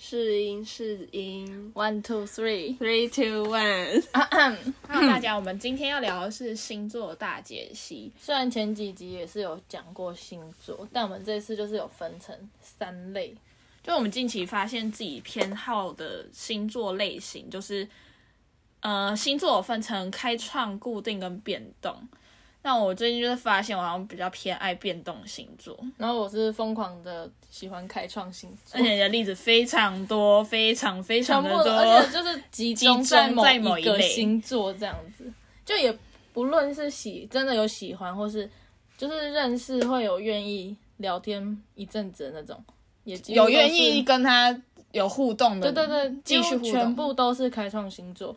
试音试音 One two three， ，three two one。 Hello，大家，我们今天要聊的是星座大解析。虽然前几集也是有讲过星座，但我们这次就是有分成三类，就我们近期发现自己偏好的星座类型，就是呃，星座有分成开创、固定跟变动。那我最近就是发现，我好像比较偏爱变动星座，然后我是疯狂的喜欢开创星座而，且你的例子非常多，非常非全常部的的而且多。就是集集中在中某在一某一个类星座这样子，就也不论是喜真的有喜欢，或是就是认识会有愿意聊天一阵子的那种，也几乎有都愿是意跟他有互动的，对对对，继续几乎互动全部都是开创星座，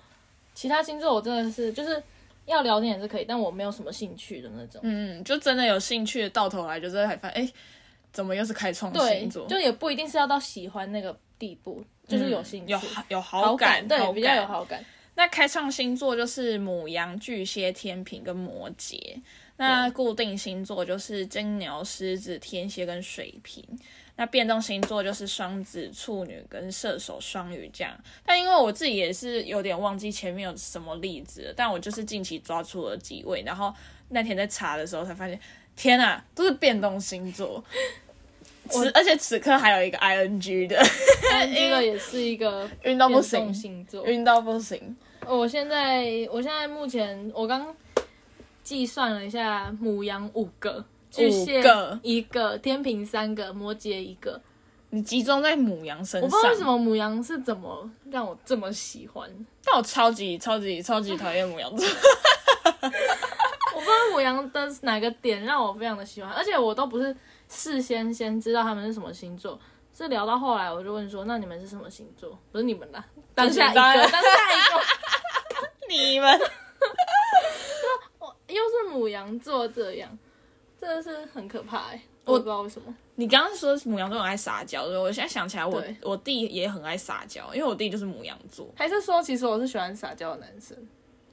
其他星座我真的是就是要聊天也是可以，但我没有什么兴趣的那种。嗯，就真的有兴趣，到头来就是还发现，哎、怎么又是开创对星座？，嗯就也不一定是要到喜欢那个地步，就是有兴趣、有好有好好感，对，好比较有感 好感。那开创星座就是母羊、巨蟹、天平跟摩羯。那固定星座就是金牛、狮子、天蝎跟水瓶。那变动星座就是双子、处女跟射手、双鱼这样。但因为我自己也是有点忘记前面有什么例子了，但我就是近期抓出了几位，然后那天在查的时候才发现，天啊，都是变动星 座。此而且此刻还有一个 ing 的，但这个也是一个运动不变动行，星座。运动不行。呃我现在我现在目前我刚计算了一下，母羊五个，巨蟹五个一个，天平三个，摩羯一个。你集中在母羊身上，我不知道为什么母羊是怎么让我这么喜欢，但我超级超级超级讨厌 母羊座，我不知道母羊的哪个点让我非常的喜欢，而且我都不是事先先知道他们是什么星座，是聊到后来我就问说，那你们是什么星座？不是你们啦，当下一个，当当然下一个， 你们又是母羊座这样，真的是很可怕哎、我也不知道为什么， 你刚刚说母羊座很爱撒娇，对不对我现在想起来我，对我弟也很爱撒娇，因为我弟就是母羊座，还是说其实我是喜欢撒娇的男生，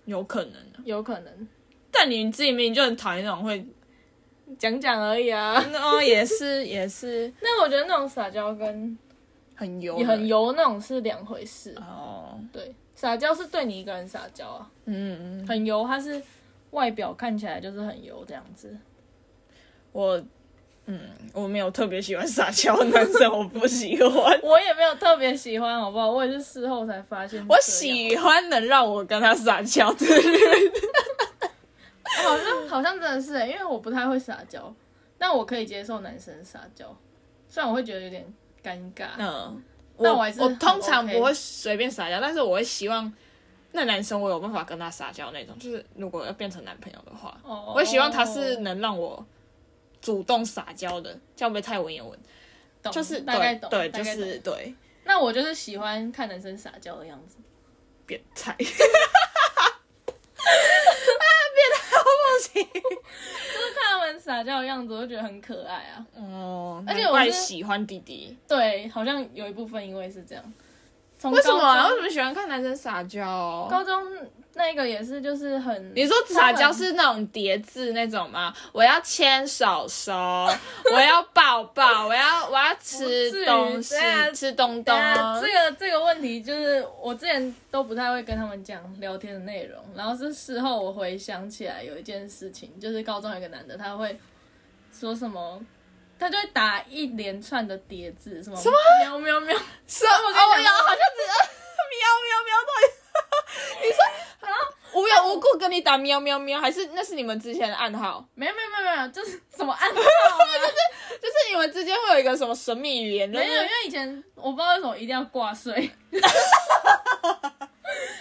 有可能啊。有可能但你自己明明就很讨厌那种会，讲讲而已啊。 哦，也是也是那我觉得那种撒娇跟 很油，也很油那种是两回事，哦，对，撒娇是对你一个人撒娇啊。嗯，嗯很油，它是外表看起来就是很油这样子。我。嗯，我没有特别喜欢撒娇的男生，我不喜欢。 我也没有特别喜欢，好不好？我也是事后才发现。我喜欢能让我跟他撒娇的人。好像好像真的是、欸因为我不太会撒娇，但我可以接受男生撒娇，虽然我会觉得有点尴尬。嗯，但我我还是我很通常 OK 不会随便撒娇，但是我会希望那男生我有办法跟他撒娇那种，就是如果要变成男朋友的话，哦我会希望他是能让我主动撒娇的，这样会不会太文言文？懂嗯就是哦大概对懂，对，大就概懂是。对那我就是喜欢看男生撒娇的样子，变态。看他们撒娇的样子，我就觉得很可爱啊。哦，而且难我是怪喜欢弟弟，对，好像有一部分因为是这样。从为什么啊？高为什中么喜欢看男生撒娇？高中那个也是，就是很你说撒娇是那种叠字那种吗？我要牵手手，我要抱抱，我要我要吃不至于东西这样，吃东对。东啊，这个这个问题就是我之前都不太会跟他们讲聊天的内容，然后是事后我回想起来有一件事情，就是高中有一个男的，他会说什么，他就会打一连串的叠字，什么什么喵喵喵，什么？哦跟你有，讲好像只喵喵喵到底，你说无缘无故跟你打喵喵喵，还是那是你们之前的暗号？没有没有没有没有，就是什么暗号、啊就是你们之间会有一个什么神秘语言？就没有，因为是以前我不知道为什么一定要挂睡，然后挂睡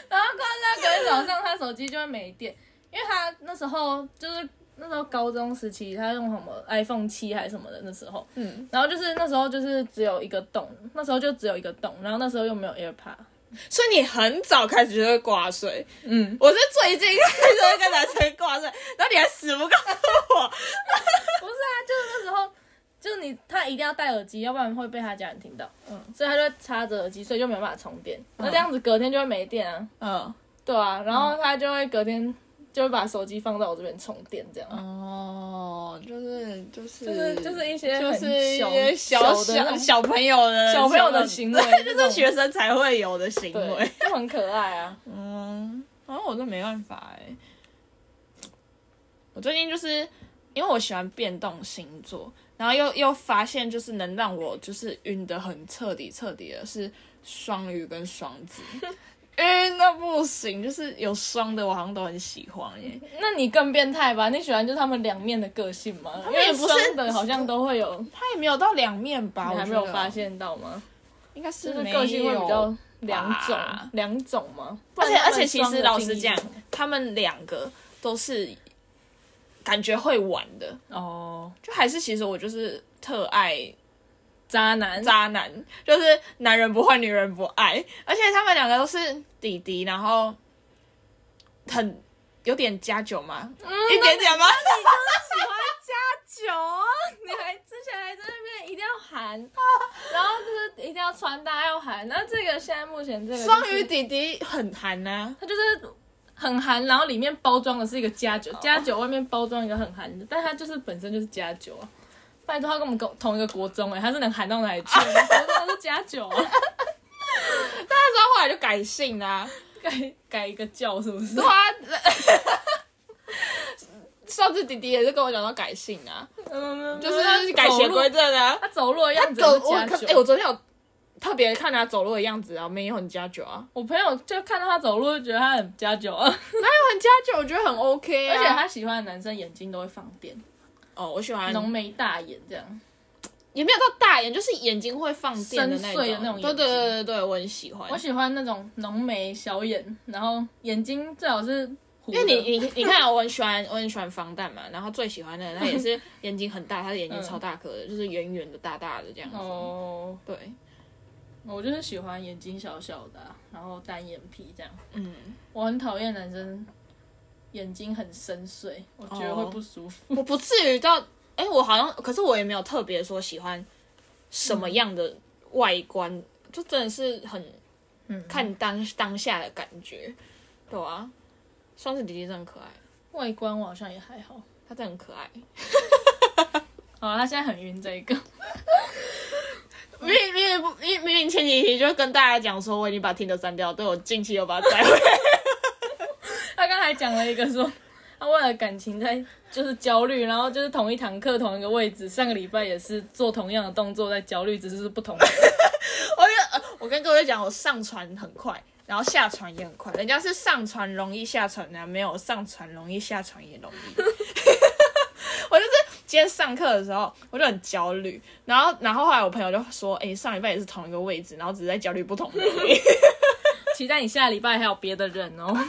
到隔天早上，他手机就会没电，因为他那时候就是那时候高中时期，他用什么 iPhone 七还是什么的那时候，嗯，然后就是那时候就是只有一个洞，那时候就只有一个洞，然后那时候又没有 AirPod，所以你很早开始就会挂睡。嗯，我是最近开始会跟男生挂睡，然后你还死不告诉我。不是啊，就是那时候。就是你，他一定要戴耳机，要不然会被他家人听到。嗯嗯，所以他就会插着耳机，所以就没办法充电。那这样子隔天就会没电啊。嗯，对啊，然后他就会隔天嗯就会把手机放到我这边充电，这样。哦，就是就是就是就就是一些就是一些很小小的那小种小朋友的小朋友的行为，这这是学生才会有的行为 对。，就很可爱啊。嗯，好像我真没办法哎、我最近就是因为我喜欢变动星座，然后又又发现就是能让我就是晕的很彻底彻底的是双鱼跟双子，晕到不行，就是有双的我好像都很喜欢欸耶、那你更变态吧？你喜欢就是他们两面的个性吗？他们也不是的，好像都会有，他也没有到两面吧，你我还没觉有得发，现到吗？应该是就是没个性会比较有两种吧，两种吗？而且而且，其实老实师讲，他们两个都是感觉会玩的，哦，就还是其实我就是特爱渣男，渣男，就是男人不坏，女人不爱。而且他们两个都是弟弟，然后很有点加酒嘛，嗯一点点吗？喜欢加酒啊！你还之前还在那边一定要喊，啊然后就是一定要穿搭要喊。那这个现在目前这个就是 双鱼，弟弟很啊韩呐、它就是很韩，然后里面包装的是一个加哦酒，加酒外面包装一个很韩的，但它就是本身就是加酒啊。拜托，他跟我们同同一个国中哎、欸，他是能喊到哪里 去？我们国中都是加酒啊， 那时候后来就改姓啊啦、改改一个叫是不是对？啊。 上次弟弟也是跟我讲到改姓啊，嗯，就是改邪归正啊。他走路的样子走也是我加可酒。哎、我昨天有特别看他走路的样子啊，没有很加酒 啊，我朋友就看到他走路就觉得他很加酒啊，很加酒，我觉得很 OK 啊。而且他喜欢的男生眼睛都会放电。哦，我喜欢浓眉大眼这样，也没有到大眼，就是眼睛会放电的那深邃的那种眼睛种。对对对对对，我很喜欢我。喜欢那种浓眉小眼，然后眼睛最好是糊的。因为你你你看啊，我很喜欢我很喜欢防弹嘛，然后最喜欢的他也 是眼睛很大，他的眼睛超大颗的，就是圆圆的、大大的这样子。哦，对，我就是喜欢眼睛小小的啊、然后单眼皮这样。嗯，我很讨厌男生眼睛很深邃，我觉得会不舒服。 我不至于到，哎、我好像，可是我也没有特别说喜欢什么样的外观，就真的是很嗯，看当当下的感觉，对啊。双子弟弟真的很可爱，外观我好像也还好。他真的很可爱。好啦，他现在很晕这一个， 明明明明明明前几期就跟大家讲说我已经把听的删掉，对我近期又把它摘回来。他刚才讲了一个说。他为了感情在就是焦虑，然后就是同一堂课同一个位置，上个礼拜也是做同样的动作在焦虑，只是是不同的 我跟呃我跟各位讲，我上传很快，然后下传也很快。人家是上传容易下传啊，没有上传容易下传也容易。 我就是今天上课的时候我就很焦虑，然后然后后来我朋友就说，哎、上礼拜也是同一个位置，然后只是在焦虑不同的而已。期待你下礼拜还有别的人哦。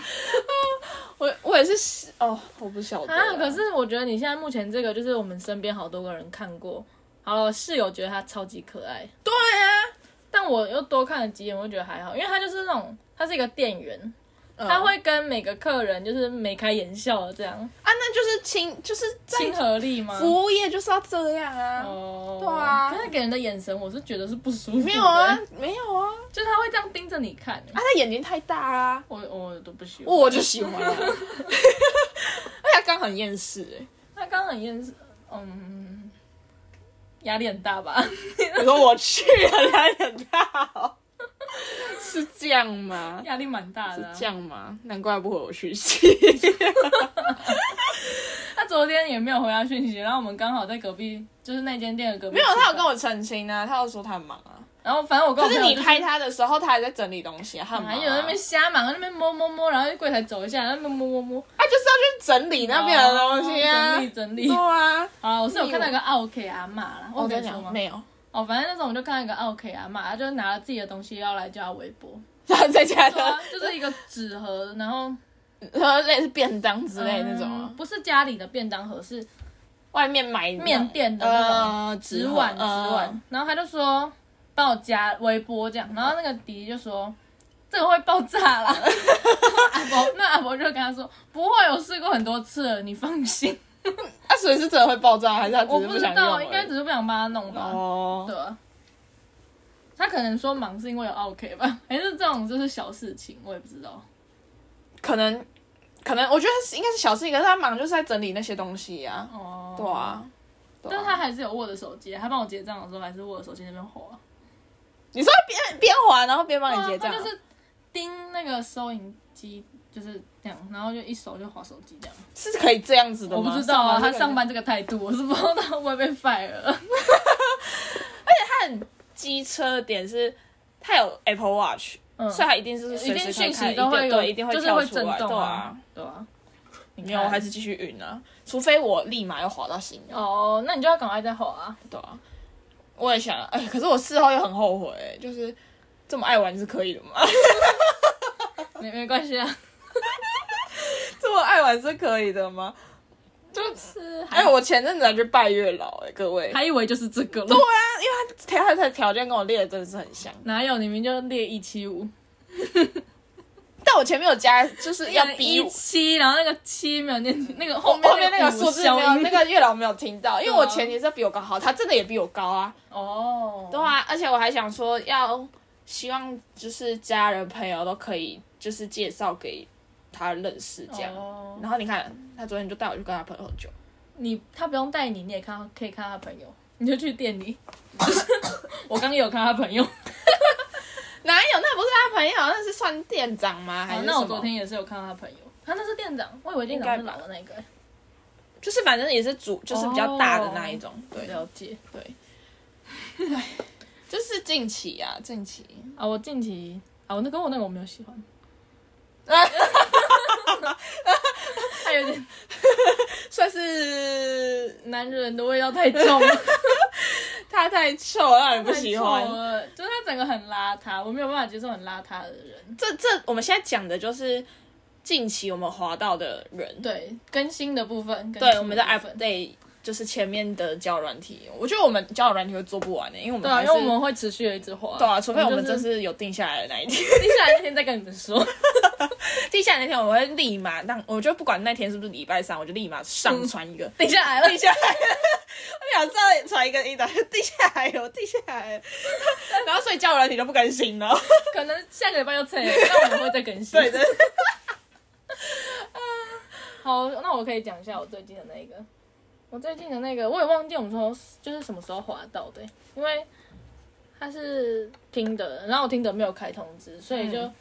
我我也是哦，我不晓得啊、啊，可是我觉得你现在目前这个，就是我们身边好多个人看过。好了，我室友觉得他超级可爱，对啊，但我又多看了几眼，我就觉得还好，因为他就是那种，他是一个店员，他嗯会跟每个客人就是眉开眼笑的这样，啊，那就是亲，就是在亲和力吗？服务业就是要这样啊。哦，对啊可是给人的眼神，我是觉得是不舒服。没有啊，，没有啊，就是他会这样盯着你看、啊，他眼睛太大啊啦、我我都不喜欢。我就喜欢、啊，而且他刚很厌世哎、他刚刚很厌世，嗯，压力很大吧？ 我说我去了，他很大、哦，是这样吗？压力蛮大的、啊。这样吗？难怪不回我讯息。他昨天也没有回他讯息，然后我们刚好在隔壁，就是那间店的隔壁。没有，他有跟我澄清啊，他有说他很忙啊。然后反正我跟我可朋友是就你拍他的时候，他还在整理东西啊，他很忙、还啊。有在那边瞎忙，在那边摸摸摸，然后柜台走一下，然后那边摸摸摸，他就是要去整理那边的东西啊，整理整理对。啊。好啦，我是有看到一个奥 K 阿妈啦，我我有跟跟哦你你说讲，吗？没有，哦，反正那时候我就看到一个奥 K 阿妈，她就拿了自己的东西要来叫他微波，他在家对啊的，，就是一个纸盒，然后然后类似便当之类的那种啊啊嗯，不是家里的便当盒，是外面买那种面店的那种呃纸碗纸盒呃碗，然后他就说帮我加微波这样，然后那个迪就说这个会爆炸啦。阿伯 那阿伯就跟他说不会，我试过很多次了，你放 心。它水啊是真的会爆炸，还是它只我是不想知用道，而已？应该只是不想帮他弄吧。哦对。啊，他可能说忙是因为有 OK 吧， 还是这种就是小事情，我也不知道。可能，可能我觉得是应该是小事情，可是他忙就是在整理那些东西呀、哦，对啊，对但啊是他还是有握着手机，他帮我结账的时候还是握着手机在那边滑。你说边边滑然后边帮你结账啊啊他，就是盯那个收银机，就是这样，然后就一手就划手机这样。是可以这样子的我吗？不知道啊，班他就可以上班这个态度，我是不知道他会不会被 fire。机车的点是，他有 Apple Watch，、嗯，所以他一定是一随时定可以讯看息都会一定有，对，一定就是跳会出震来，对动啊。，对啊。没有，我还是继续晕啊，除非我立马又滑到新的，哦，那你就要赶快再滑啊。对啊。我也想，哎、可是我事后又很后悔、就是这么爱玩是可以的吗？没没关系啊， 这么爱玩是可以的吗？就是哎、还我前阵子还去拜月老、哎，各位，啊还以为就是这个了，他他的条件跟我列的真的是很像，哪有？你明明就列一七五，但我前面有加，就是 要逼一我。七，然后那个七没有念，那个后后后面那个五数字消没有，音那个月老没有听到，因为我对啊前提是比我高好，他真的也比我高啊。哦，对啊，而且我还想说要希望就是家人朋友都可以就是介绍给他认识这样。哦然后你看，他昨天就带我去跟他朋友喝酒，你他不用带你，你也看到可以看他朋友，你就去店里。 我刚刚有看他朋友，哪有？那不是他朋友，那是算店长吗？还啊是什么？那我昨天也是有看到他朋友，他那是店长，我以为店长是老的那个、就是反正也是主，就是比较大的那一种。对哦了解对，就是近期啊，近期。啊。我近期啊，我那个我那个我没有喜欢，他有点算是男人的味道太重了，他太臭了，让人 不喜太臭欢。了，就是他整个很邋遢，我没有办法接受很邋遢的人。这这，我们现在讲的就是近期我们滑到的人。对，更新的部分，更新对，的我们在部分 update 就是前面的交友软体，我觉得我们交友软体会做不完的、欸因为我们对啊，还因是为我们会持续的一直滑，对啊，除非我们就真是是有定下来的那一天。 接下来那天再跟你们说。定下来那天，我会立马让，我就不管那天是不是礼拜三，我就立马上传一个。定下来了，定下来 了，我想知道传一个一打，定下来了，定下来了， 然后所以交友软体就不更新了。 可能下个礼拜就撤了，那我们会再更新。 对，对。好，那我可以讲一下我最近的那个，我最近的那个我也忘记我们从就是什么时候滑到的、因为它是听的，然后我听的没有开通知，所以就、嗯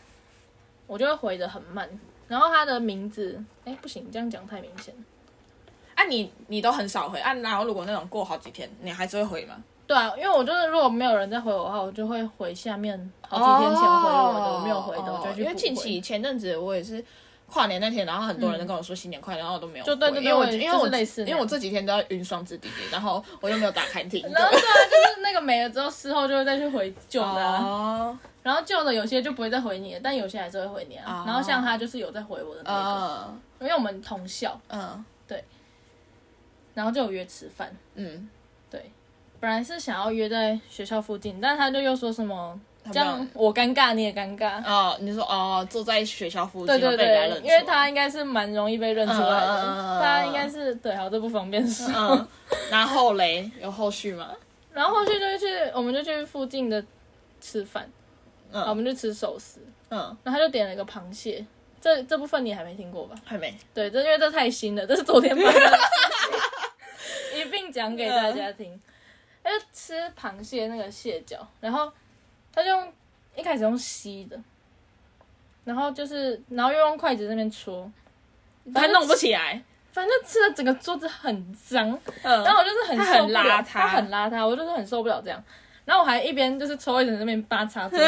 我就会回的很慢。然后他的名字，哎、不行，这样讲太明显了。 啊你，你都很少回啊，然后如果那种过好几天，你还是会回吗？对啊，因为我就是如果没有人再回我的话，我就会回下面好几天前回我的，我没有回的，我就会去哦因为补近回期前阵子我也是跨年那天，然后很多人都跟我说新年快乐，然后我都没有回，就对对对因为我我也因为我就是类似那因样为我这几天都在云双子弟弟，然后我又没有打开听，然后 对啊，就是那个没了之后，事后就会再去回旧的、啊。哦，然后旧的有些就不会再回你了，但有些还是会回你啊。哦然后像他就是有在回我的那个，嗯因为我们同校，嗯然后就有约吃饭。嗯，对，本来是想要约在学校附近，但他就又说什么没有这样我尴尬你也尴尬。哦，你说哦，坐在学校附近对对会被人家对认，出因为他应该是蛮容易被认出来的，嗯嗯嗯嗯嗯他应该是对，好这不方便说。 嗯，然后嘞，有后续吗？然后后续就会去，我们就去附近的吃饭，嗯然后我们就吃寿司，嗯，然后他就点了一个螃蟹，这这部分你还没听过吧？还没，对，这因为这太新了，这是昨天发生的事情，一并讲给大家听。他就吃螃蟹那个蟹脚，然后他就用一开始用吸的，然后就是然后又用筷子那边戳，他弄不起来，反正吃的整个桌子很脏，嗯然后我就是很他受很不了邋遢他很邋遢，我就是很受不了这样。然后我还一边就是抽一直在那边扒 擦桌子，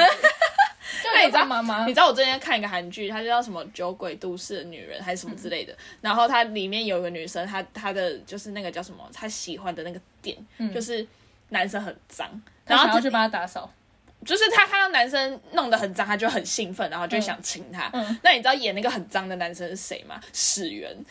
就那你你知道妈妈你知道我最近在看一个韩剧，它就叫什么《酒鬼都市的女人》还是什么之类的。嗯然后它里面有一个女生，她她的就是那个叫什么，她喜欢的那个点、就是男生很脏，然然后后她嗯要去帮他打扫，就是她看到男生弄得很脏，她就很兴奋，然后就会想亲他。嗯那你知道演那个很脏的男生是谁吗？史源。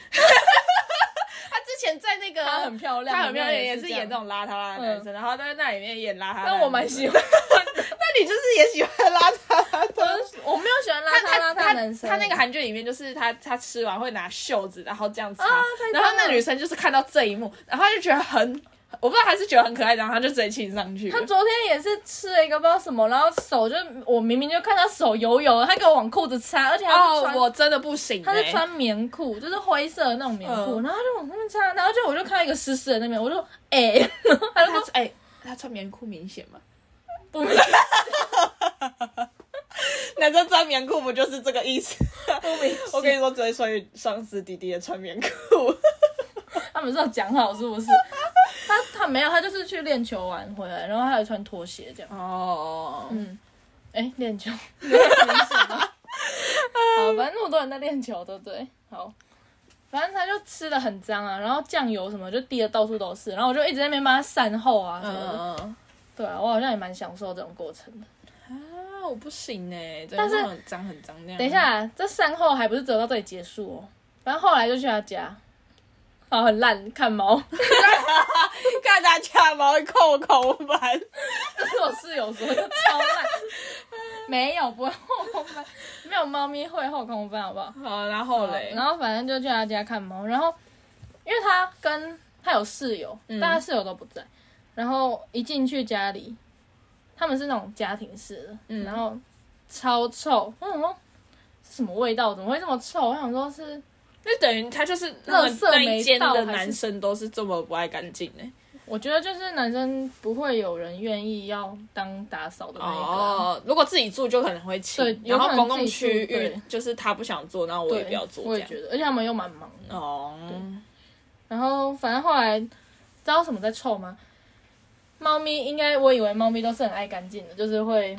他之前在那个她很漂亮他很漂亮，里面也也是是这样演这种邋遢邋遢的男生，然后在那里面演邋遢。但我蛮喜欢，欢。那你就是也喜欢邋遢邋遢的我没有喜欢邋遢邋遢男生，他那个韩剧里面就是他他吃完会拿袖子，然后这样擦，啊太脏然后那了女生就是看到这一幕，然后她就觉得很我不知道他是觉得很可爱，然后他就直接亲上去了他。昨天也是吃了一个不知道什么，然后手就我明明就看他手油油的，他给我往裤子插，而且他是哦穿、，我真的不行、欸，他是穿棉裤，就是灰色的那种棉裤，嗯然后他就往那边插，然后就我就看到一个湿湿的那边，我就说哎、 然后他就他说哎、他穿棉裤明显吗？不明男生穿棉裤不就是这个意 思？不明显，我跟你说，只会双鱼上司弟弟也穿棉裤。他们是要讲好是不是？他他没有，他就是去练球完回来，然后他还穿拖鞋这样。 哦，嗯，哎、练球， 好，反正那么多人在练球，对不对？好，反正他就吃的很脏啊，然后酱油什么就滴的到处都是，然后我就一直在那边帮他善后啊什么的。嗯嗯对啊，我好像也蛮享受这种过程的。嗯，啊，我不行哎、欸，但是真的很脏很脏那样。等一，下，这善后还不是只有到这里结束哦，反正后来就去他家，啊，很烂，看 猫，看他家毛扣口板，这是我室友说的，超 烂。没有，不会后空翻，没有猫咪会后空翻，好不好？好，然后嘞，然后反正就去他家看猫，然后因为他跟他有室友，嗯但他室友都不在，然后一进去家里，他们是那种家庭式的，嗯然后超臭，我想说是什么味道，怎么会这么臭？我想说是那等于他就是那垃圾那一间没的倒还是男生都是这么不爱干净哎。我觉得就是男生不会有人愿意要当打扫的那一个啊、哦，如果自己住就可能会请对，有然后可能公共自己住区域对就是他不想做，那我对，也不要做我这也样。觉得，而且他们又蛮忙的。哦，然后反正后来知道什么在臭吗？猫咪应该，我以为猫咪都是很爱干净的，就是会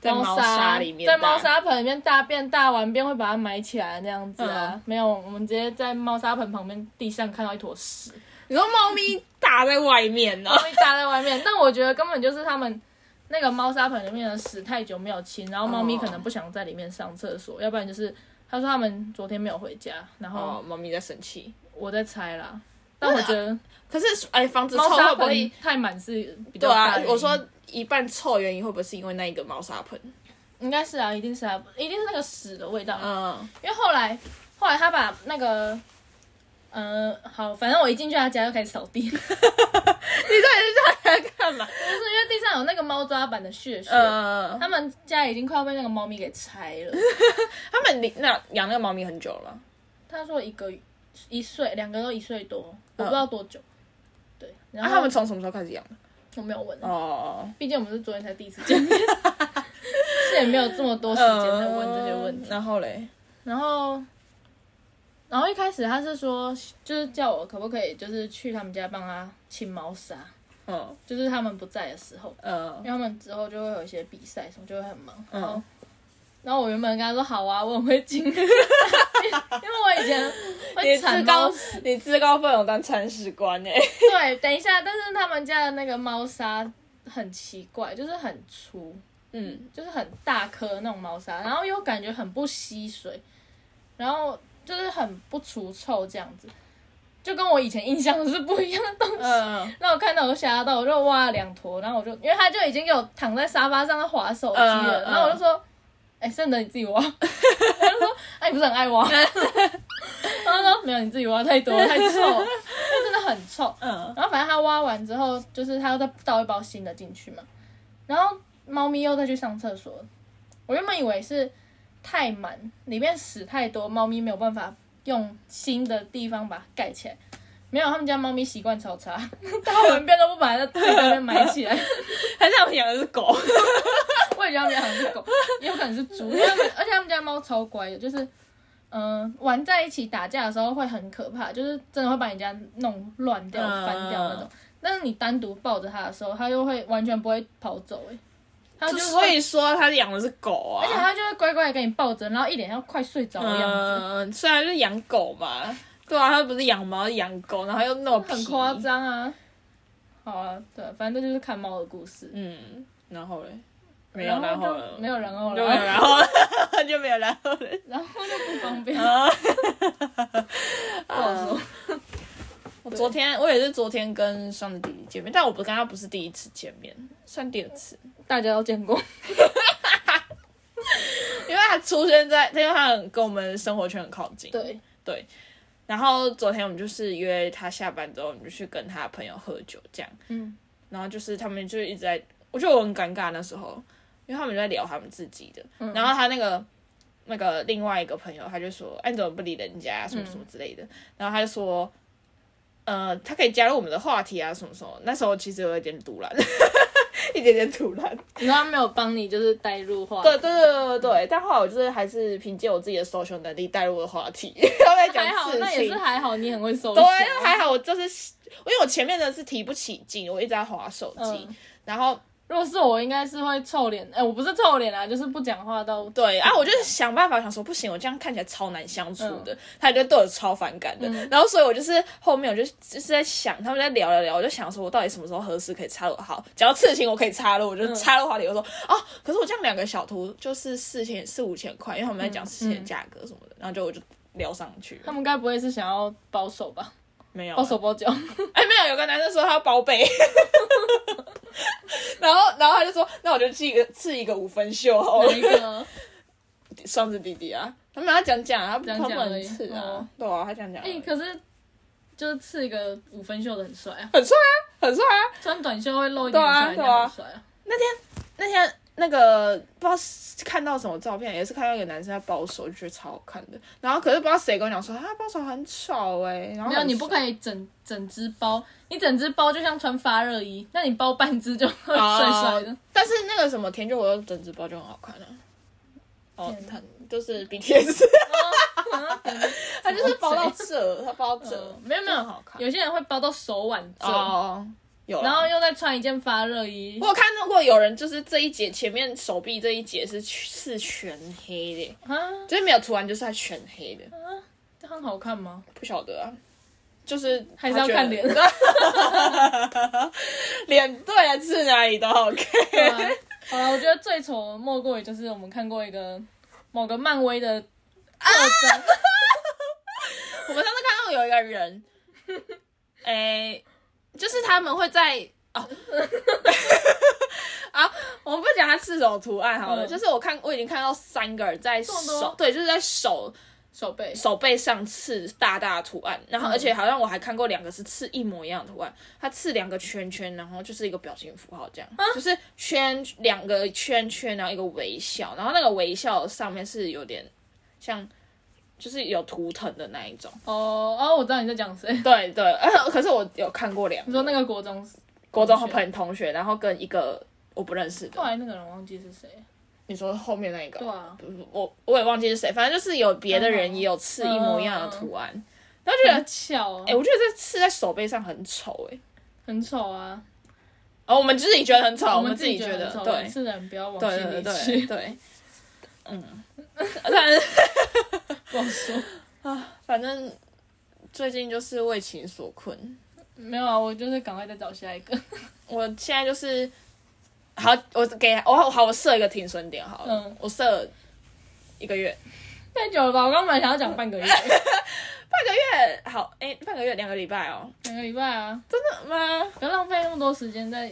在猫砂里面在大，猫砂盆里面大便大完便会把它埋起来那样子啊。嗯没有，我们直接在猫砂盆旁边地上看到一坨屎，你说猫咪打在外面呢、猫咪搭在外面。但我觉得根本就是它们那个猫砂盆里面的屎太久没有清，然后猫咪哦可能不想在里面上厕所，要不然就是他说他们昨天没有回家，然哦后，猫咪在生气。我在猜啦。但我觉得可是，哎、房子臭猫会砂不会盆？太满是比较对大啊的原因、，我说一半臭的原因会不会是因为那一个猫砂盆？应该是啊，一定是啊，一定是那个屎的味道。 嗯，因为后来后来他把那个，嗯、好，反正我一进去他家就开始扫地， 不干嘛？是因为地上有那个猫抓板的血血。呃，他们家已经快要被那个猫咪给拆了。他们领那养那个猫咪很久了，他说一个一岁，两个都一岁多，我不知道多久。对，然那、后、呃啊他们从什么时候开始养的？我没有问，哦，毕竟我们是昨天才第一次见面，是也没有这么多时间在问这些问题。哦嗯然后嘞，然后，然后一开始他是说，就是叫我可不可以，就是去他们家帮他清猫砂，嗯就是他们不在的时候，因呃，为他们之后就会有一些比赛什么，就会很忙。然后，嗯然后我原本跟他说好啊，我很会 清，因为我以前你会自铲告猫，你自告奋勇当铲屎官哎、对，等一下，但是他们家的那个猫砂很奇怪，就是很粗，嗯，就是很大颗那种猫砂，然后又感觉很不吸水，然后就是很不除臭这样子，就跟我以前印象是不一样的东西。嗯那、我看到我就吓到，我就哇两坨，然后我就因为他就已经给我躺在沙发上在划手机了，嗯嗯然后我就说，哎、剩的你自己挖， 他就说，哎、你不是很爱挖， 然后他说没有你自己挖太多了太臭了， 因为真的很臭，嗯，然后反正他挖完之后，就是他又再倒一包新的进去嘛，然后猫咪又再去上厕所。我原本以为是太满，里面屎太多，猫咪没有办法用新的地方把它盖起来。没有，他们家猫咪习惯超差， 它闻遍都不把它自己在那边埋起来。还是他们养的是狗？我也觉得他们家好像是狗，也有可能是猪，因 为他们而且他们家猫超乖的，就是嗯、呃玩在一起打架的时候会很可怕，就是真的会把人家弄乱掉、嗯翻掉那种。但是你单独抱着它的时候，它又会完全不会跑走、欸，它就就是所以说他养的是狗啊，而且它就会乖乖的给你抱着，然后一脸要快睡着的样子，嗯，虽然是养狗嘛，对啊，他不是养猫是养狗，然后又那么皮很夸，张啊。好啊，对，反正这就是看猫的故事。嗯，然后嘞，没有然然后后了，就没有然后就没了，有然后了，就没有然后了。 然后就不方便， 啊不好说。我昨天我也是昨天跟双子弟弟见面，但我不跟他不是第一次见面，算第二次，大家都见过，因为他出现在，因为他很跟我们生活圈很靠近，对，然后昨天我们就是约他下班之后，我们就去跟他朋友喝酒这样。嗯，然后就是他们就一直在，我觉得我很尴尬那时候，因为他们就在聊他们自己的。嗯然后他那个那个另外一个朋友，他就说：“哎、你怎么不理人家、什么什么之类的。然后他就说：“呃，他可以加入我们的话题啊，什么什么。”那时候其实我有点突然，一点点突然。你说他没有帮你，就是带入话，对对对对对对，但后来我就是还是凭借我自己的 social 能力带入了话题，然后在讲还好，事那也情是。还好，你很会收。对，啊那还好，我就是因为我前面的是提不起劲，我一直在划手机，嗯然后如果是我，应该是会臭脸。哎、我不是臭脸啊，就是不讲话到。对啊，我就是想办法想说不行，我这样看起来超难相处的，他就对我超反感的。然后所以我就是后面我就就是在想，他们在聊聊聊，我就想说我到底什么时候合适可以插入？好，只要刺青我可以插入，我就插入话题。我说哦，可是我这样两个小图就是四千四五千块，因为他们在讲四千价格什么的，然后就我就聊上去他们该不会是想要保守吧？没有啊保手包脚，哎，没有，有个男生说他要包背， 然后然后他就说那我就刺一个刺一个五分袖好了哪一个？双子弟弟啊，他们要讲讲啊，他不讲他讲不能而已刺啊哦，对啊，他讲讲 而哎、已，可是就是刺一个五分袖的很帅啊，很帅啊，很帅啊。穿短袖会露一对点啊出来，对啊很帅啊。那天那个不知道是看到什么照片，也是看到一个男生在包手，就觉得超好看的。然后可是不知道谁跟我讲说他包手很丑哎、然后没有，很你不帅可以整整只包，你整只包就像穿发热衣，那你包半只就会哦帅帅的。但是那个什么田就我用整只包就很好看了、啊。哦，天他就 是 BTS，他啊就是包到这， 他包到这、嗯没有没有就很好看。有些人会包到手腕这，哦，有啦。然后又再穿一件发热衣我，有看到过有人就是这一节前面手臂这一节是是全黑啊，的，就是没有涂完，就是它全黑的，这样好看 吗？不晓得啊，就是还是要看脸他觉得， 脸对啊，刺哪里都好看。对啊好了，我觉得最丑的莫过于就是我们看过一个某个漫威的特征，啊我们上次看到有一个人， 哎、就是他们会在 哦。啊，我们不讲他赤手图案好了，嗯就是我看我已经看到三个人在这么多手，对，就是在手手背，手背上刺大大的图案，然后而且好像我还看过两个是刺一模一样的图案，它刺两个圈圈，然后就是一个表情符号这样，就是圈两个圈圈，然后一个微笑，然后那个微笑上面是有点像，就是有图腾的那一种。哦哦，我知道你在讲谁，对对，呃， 可是我有看过两你个，说那个国中，国中朋友同学，然后跟一个我不认识后的，啊来那个人忘记是谁，你说后面那个对，啊，我我也忘记是谁，反正就是有别的人也有刺一模一样的图案，然后觉得很巧啊哎、，我觉得这刺在手背上很丑哎、很丑啊，哦，我们自己觉得很丑，我们们自己觉觉得很丑，对，自然不要往心对对里对去， 对，嗯，但是不好说。反正最近就是为情所困，没有啊，我就是赶快再找下一个。 我现在就是好，我给我好，我设一个停损点好了，嗯我设一个月，太久了吧？我刚本来想要讲半 个月，呃，好，哎、半个月两个礼拜哦，两个礼拜啊，妈不要浪费那么多时间在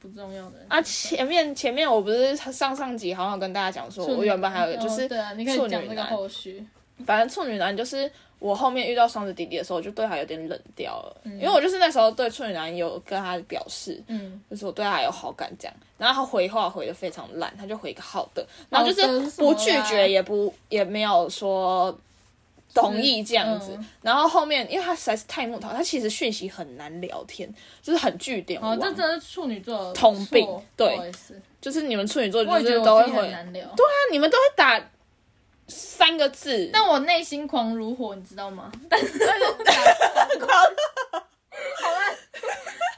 不重要的人。啊，前面前面我不是上上集好像有跟大家讲说，处女我原本还有就哦是对啊，你可处以女讲这个男后续。反正处女男就是我后面遇到双子弟弟的时候，我就对他有点冷掉了，嗯因为我就是那时候对处女男有跟他表示，嗯，就是我对他有好感这样，然后他回话回的非常烂，他就回一个好的，然后就好的是什么不啦拒绝也不也没有说同意这样子，嗯然后后面因为他实在是太木头，他其实讯息很难聊天，就是很据点哦，王，这真的是处女座的通病错对不好意思就是你们处女座我就也觉是得都我自会己很回，难聊。那你们都会打三个字，但我内心狂如火，你知道吗？ 但是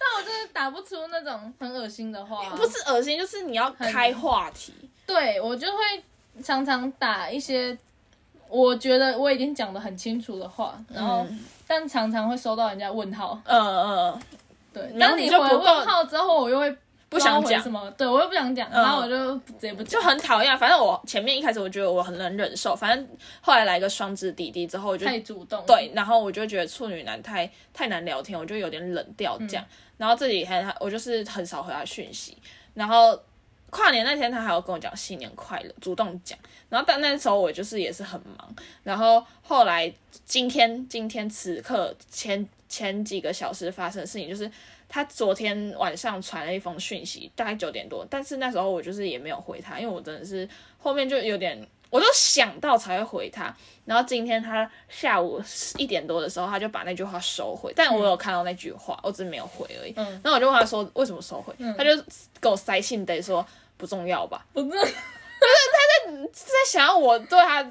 但我就是打不出那种很恶心的话啊、 不是恶心，就是你要开话题。对我就会常常打一些我觉得我已经讲的很清楚的话，然后、但常常会收到人家问号。嗯嗯，嗯对，然后当你你就回不够问号之后，我又会不不想知道回讲嗯什，么，对我又不想讲，然后我就直接不就讲。很讨厌。反正我前面一开始我觉得我很能忍受，反正后来来个双子弟弟之后，我就太主动，对，然后我就觉得处女男太太难聊天，我就有点冷掉这样。然后这几天他我就是很少回他讯息，然后跨年那天他还有跟我讲新年快乐，主动讲。然后但那时候我就是也是很忙，然后后来今天今天此刻前前几个小时发生的事情就是。他昨天晚上传了一封讯息，大概九点多，但是那时候我就是也没有回他，因为我真的是后面就有点，我都想到才会回他。然后今天他下午一点多的时候，他就把那句话收回，但我有看到那句话，我只是没有回而已。嗯那我就问他说为什么收回，他就给我塞信得说不重要吧，不是，是在想要我对他，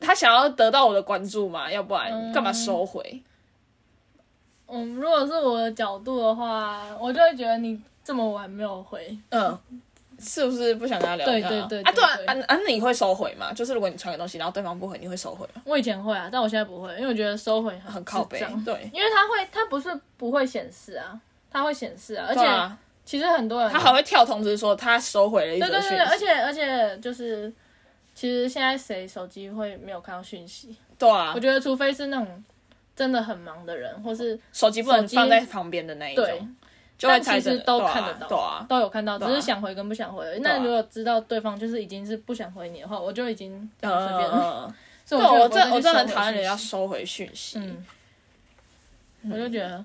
他想要得到我的关注嘛，要不然干嘛收回？嗯，如果是我的角度的话，我就会觉得你这么晚没有回，嗯，是不是不想跟他聊？对这样啊对对啊，对对啊，啊，啊你会收回吗？就是如果你传个东西，然后对方不回，你会收回吗？我以前会啊，但我现在不会，因为我觉得收回很很靠背智障，对，因为它会，它不是不会显示啊，它会显示啊，而对且啊，其实很多人他还会跳通知说他收回了一对则对讯对，息，对而且而且就是，其实现在谁手机会没有看到讯息？对啊我，觉得除非是那种真的很忙的人，或是手机不能手机放在旁边的那一对种，，就会但产其实生都看得到，对啊，都有看到，只对啊是想回跟不想回而已。对啊那如果知道对方就是已经是不想回你的话，我就已经对随啊便嗯嗯了。嗯嗯所以对，我我就真我我就真不会的很去讨厌人收家回讯息收回讯息，嗯，我就觉得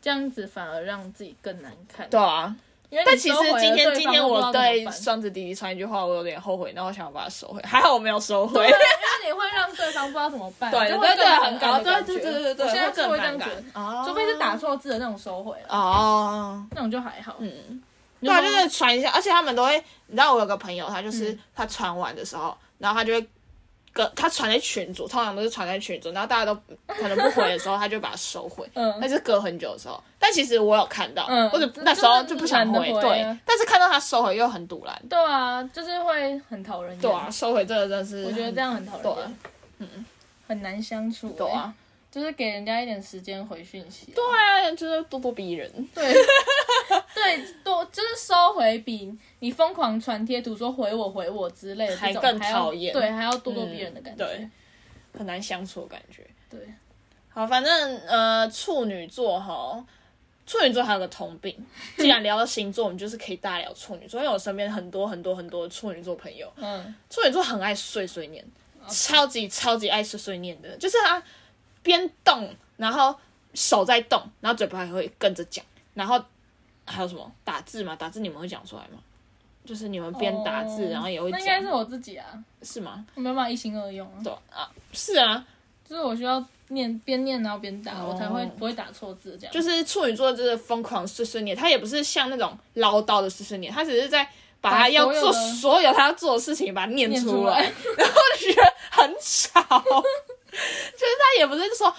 这样子反而让自己更难看。对，啊。因为但你其实收回了今天对今方天都不知我道怎么对办双子弟弟传一句话，我有点后悔，然后我想要把它收回，还好我没有收回。那你会让对方不知道怎么办，啊 对就对会对，更很尴尬高，的对感对觉对对对，我现在更是会这尴样尬觉得，哦除非是打错字的那种收回了，哦，那种就还好。嗯，你对就啊，说，就是传一下，而且他们都会，你知道我有个朋友，他就是嗯他传完的时候，然后他就会。跟他传在群组，通常都是传在群组，然后大家都可能不回的时 候，他就把它收回。嗯但是隔很久的时候，但其实我有看到，嗯或者那时候就是就不想回，懒得回啊对。但是看到他收回又很堵然，对啊，就是会很讨人厌。对啊，，收回这个真的是，我觉得这样很讨人对啊厌，很难相处。欸对啊，，就是给人家一点时间回讯息啊。对啊，就是咄咄逼人，对对，多就是收回比你疯狂传贴图说回我回我之类的这还种更还要讨厌对，还要咄咄逼人的感觉。嗯很难相处的感觉。对，好，反正呃，处女座哈，处女座还有个 通病。既然聊到星座，我们就是可以大聊处女座，因为我身边很多很多很多处女座朋友，嗯，处女座很爱碎碎念，哦超级超级爱碎碎念的，就是他边动，然后手在动，然后嘴巴还会跟着讲，然后还有什么打字嘛？打字你们会讲出来吗？就是你们边打字，哦然后也会那讲，应该是我自己啊，是吗？我没有办法一心二用啊，对啊，是啊，就是我需要念边念然后边打，哦我才会不会打错字这样。就是处女座就是疯狂碎碎念，他也不是像那种唠叨的碎碎念，他只是在把他要把做所有的所有他要做的事情把它念念出出 来，来，就觉得很吵。就是他也不是说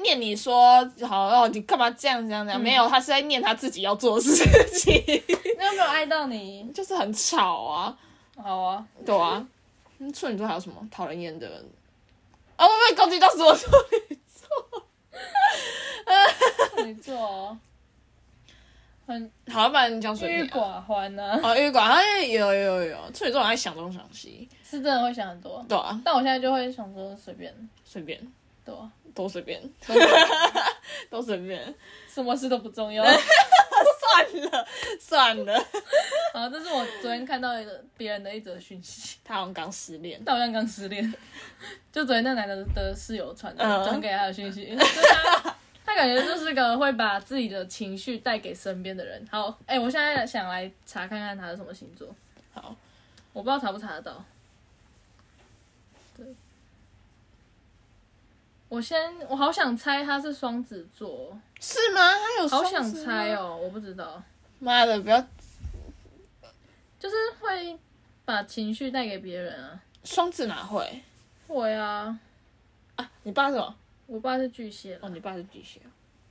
念你说好哦，你干嘛这样这样这样，没有，他是在念他自己要做的事情，那有没有爱到你？就是很吵啊，好啊，对啊。嗯处女座还有什么讨人厌的？啊，会不会攻击到所有处女？处女座哦很好，不然你讲水郁瓶郁啊、寡欢啊，哦，郁寡哎，有有有，处女座很爱想东想西，是真的会想很多。对啊，但我现在就会想说随便，随便，对啊，都 随便，都随便，什么事都不重 要。算了算了。啊，这是我昨天看到一个别人的一则讯息，他好像刚失恋，但我好像刚失恋，就昨天那男的的室友传的嗯，转、给他的讯息， 就是他他感觉就是个会把自己的情绪带给身边的人。好，哎、我现在想来查看看他是什么星座，好，我不知道查不查得到。对，我先，我好想猜他是双子座，是吗？他有好双想子吗猜！哦，我不知道。妈的，不要就是会把情绪带给别人啊。双子哪会会啊，啊？你爸是什么？我爸是巨蟹啦哦，你爸是巨蟹，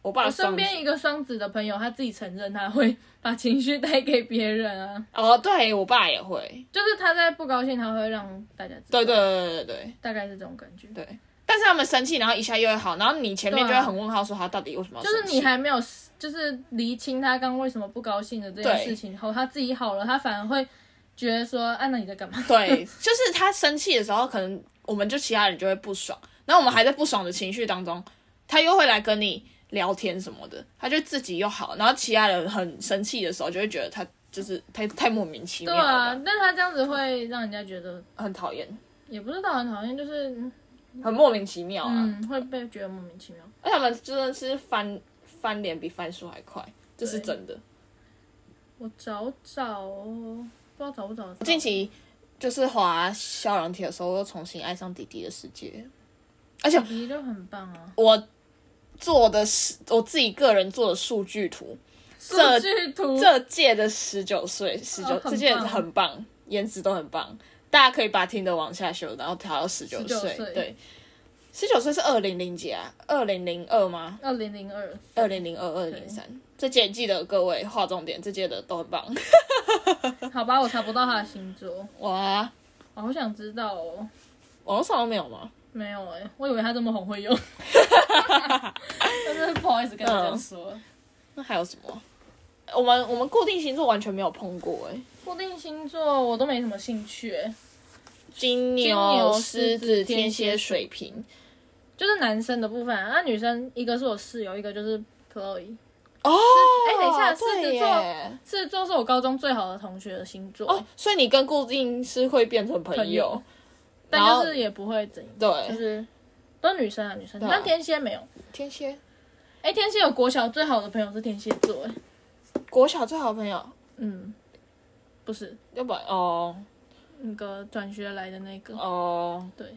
我爸我是双身子边一个双子的朋友，他自己承认他会 把情绪带给别人啊，哦，对我爸也会，就是他在不高兴，他会让大家知道，对对对对对大概是这种感觉。对。但是他们生气，然后一下又会好，然后你前面就对会啊很问号，说他到底为什么要就是生气？你还没有，就是厘清他刚为什么不高兴的这件事情后，他自己好了，他反而会觉得说，啊，那你在干嘛？对，就是他生气的时候，可能我们就其他人就会不爽，然后我们还在不爽的情绪当中，他又会来跟你聊天什么的，他就自己又好，然后其他人很生气的时候，就会觉得他就是太太莫名其妙对了吧，啊，但他这样子会让人家觉得，很讨厌，也不是到很讨厌，就是嗯很莫名其妙啊。嗯，会被觉得莫名其妙。而且他们真的是翻翻脸比翻书还快，这是对真的。我找找哦，不知道找不找得到。近期就是滑消软体的时候，又重新爱上弟弟的世界。而且你就很棒啊，我做的是我自己个人做的数据图，数这据图这届的十九岁，十九、哦很棒这届很棒，颜值都很棒。大家可以把听的往下修，然后调到十九岁19。岁对，十九岁是二零零几啊？二零零二吗？二零零二，二零零二、二零零三。这届记得各位划重点，这届的都很棒。 好吧，我查不到他的星座，哇，我好想知道哦。网络上都没有吗？没有哎、我以为他这么红会用，但是不好意思跟大家说。那还有什么？啊我们我们固定星座完全没有碰过哎、固定星座我都没什么兴趣、欸，金金牛、牛狮狮子、子天蝎、天蝎水瓶。就是男生的部分、啊。那女生一个是我室友，一个就是 Chloe。哦，哎等一下狮对子座耶。狮子座是我高中最好的同学的星座，哦，所以你跟固定是会变成朋友，朋友但然后就是也不会怎样，就对，是都是女生啊女生。对啊但天蝎没有，天蝎哎、天蝎有国小最好的朋友是天蝎座、欸，国小最好的朋友，嗯，不是要不然哦那个转学来的那个，哦对，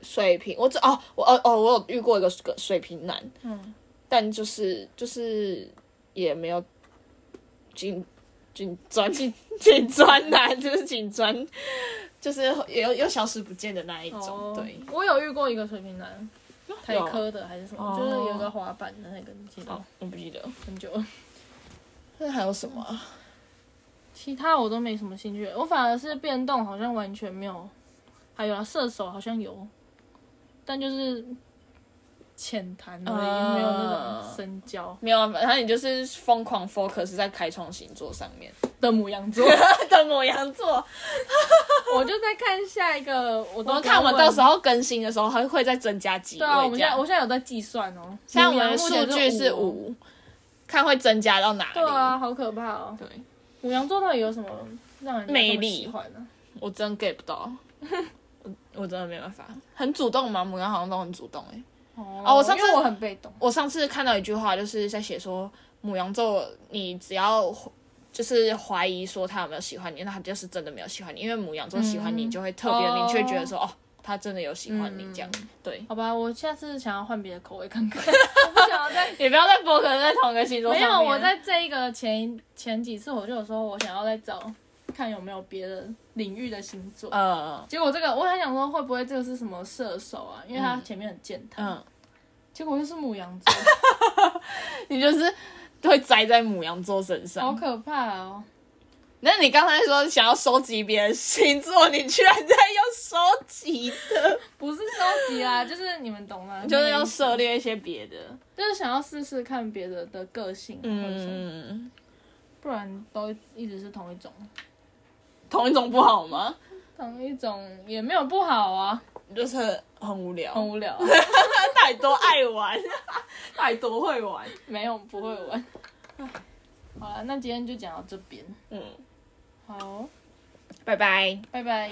水瓶，我只哦我哦哦我有遇过一个水水瓶男，嗯，但就是就是也没有紧紧 钻紧紧钻男，就是紧钻，就是又又消失不见的那一种，哦，对，，我有遇过一个水瓶男，台有科的还是什么，哦就是有一个滑板的那个，你记得哦吗，我不记得，很久了。那还有什么啊？其他我都没什么兴趣，我反而是变动好像完全没有，还有啊，射手好像有，但就是浅谈而啊已，没有那种深交没有啊，反正你就是疯狂 focus 在开创星座上 面的母羊座。的母羊座。我就在看下一个，我我都们看我们不要问到时候更新的时候，还会再增加几位对啊，我们这现在样。我现在有在计算哦，现在我们母的羊目前数据是哦，五，看会增加到哪里。对啊，好可怕哦。对母羊座到底有什么让人家这么魅力喜欢呢？我真 get 不 到，我我真的没办法。很主动吗？母羊好像都很主动哎、哦哦我上次因为我很被动。我上次看到一句话，就是在写说母羊座，你只要就是怀疑说他有没有喜欢你，那他就是真的没有喜欢你，因为母羊座喜欢你嗯就会特别明确哦觉得说，哦，他真的有喜欢你嗯这样。对，好吧，我下次想要换别的口味看看， 我不想要 再。也不要再 focus 在同一个星座没上面。啊有，我在这一个前前几次我就有说，我想要再找看有没有别的领域的星座。呃结果这个我还想说，会不会这个是什么射手啊？因为它前面很健谈，嗯，结果又是母羊座， 你就是会栽在母羊座身好上。可怕哦！那你刚才说想要收集别人星座，你居然在用收集的，不是收集啦，就是你们懂吗？就是要涉，猎一些别的。就是想要试试看别的的个性，嗯，嗯，不然都一直是同一种，同一种不好吗？同一种也没有不好啊，就是很无聊，很无聊啊、太多爱玩， 太多会玩。没有不会玩。好了，那今天就讲到这边，嗯，好，拜拜。拜拜。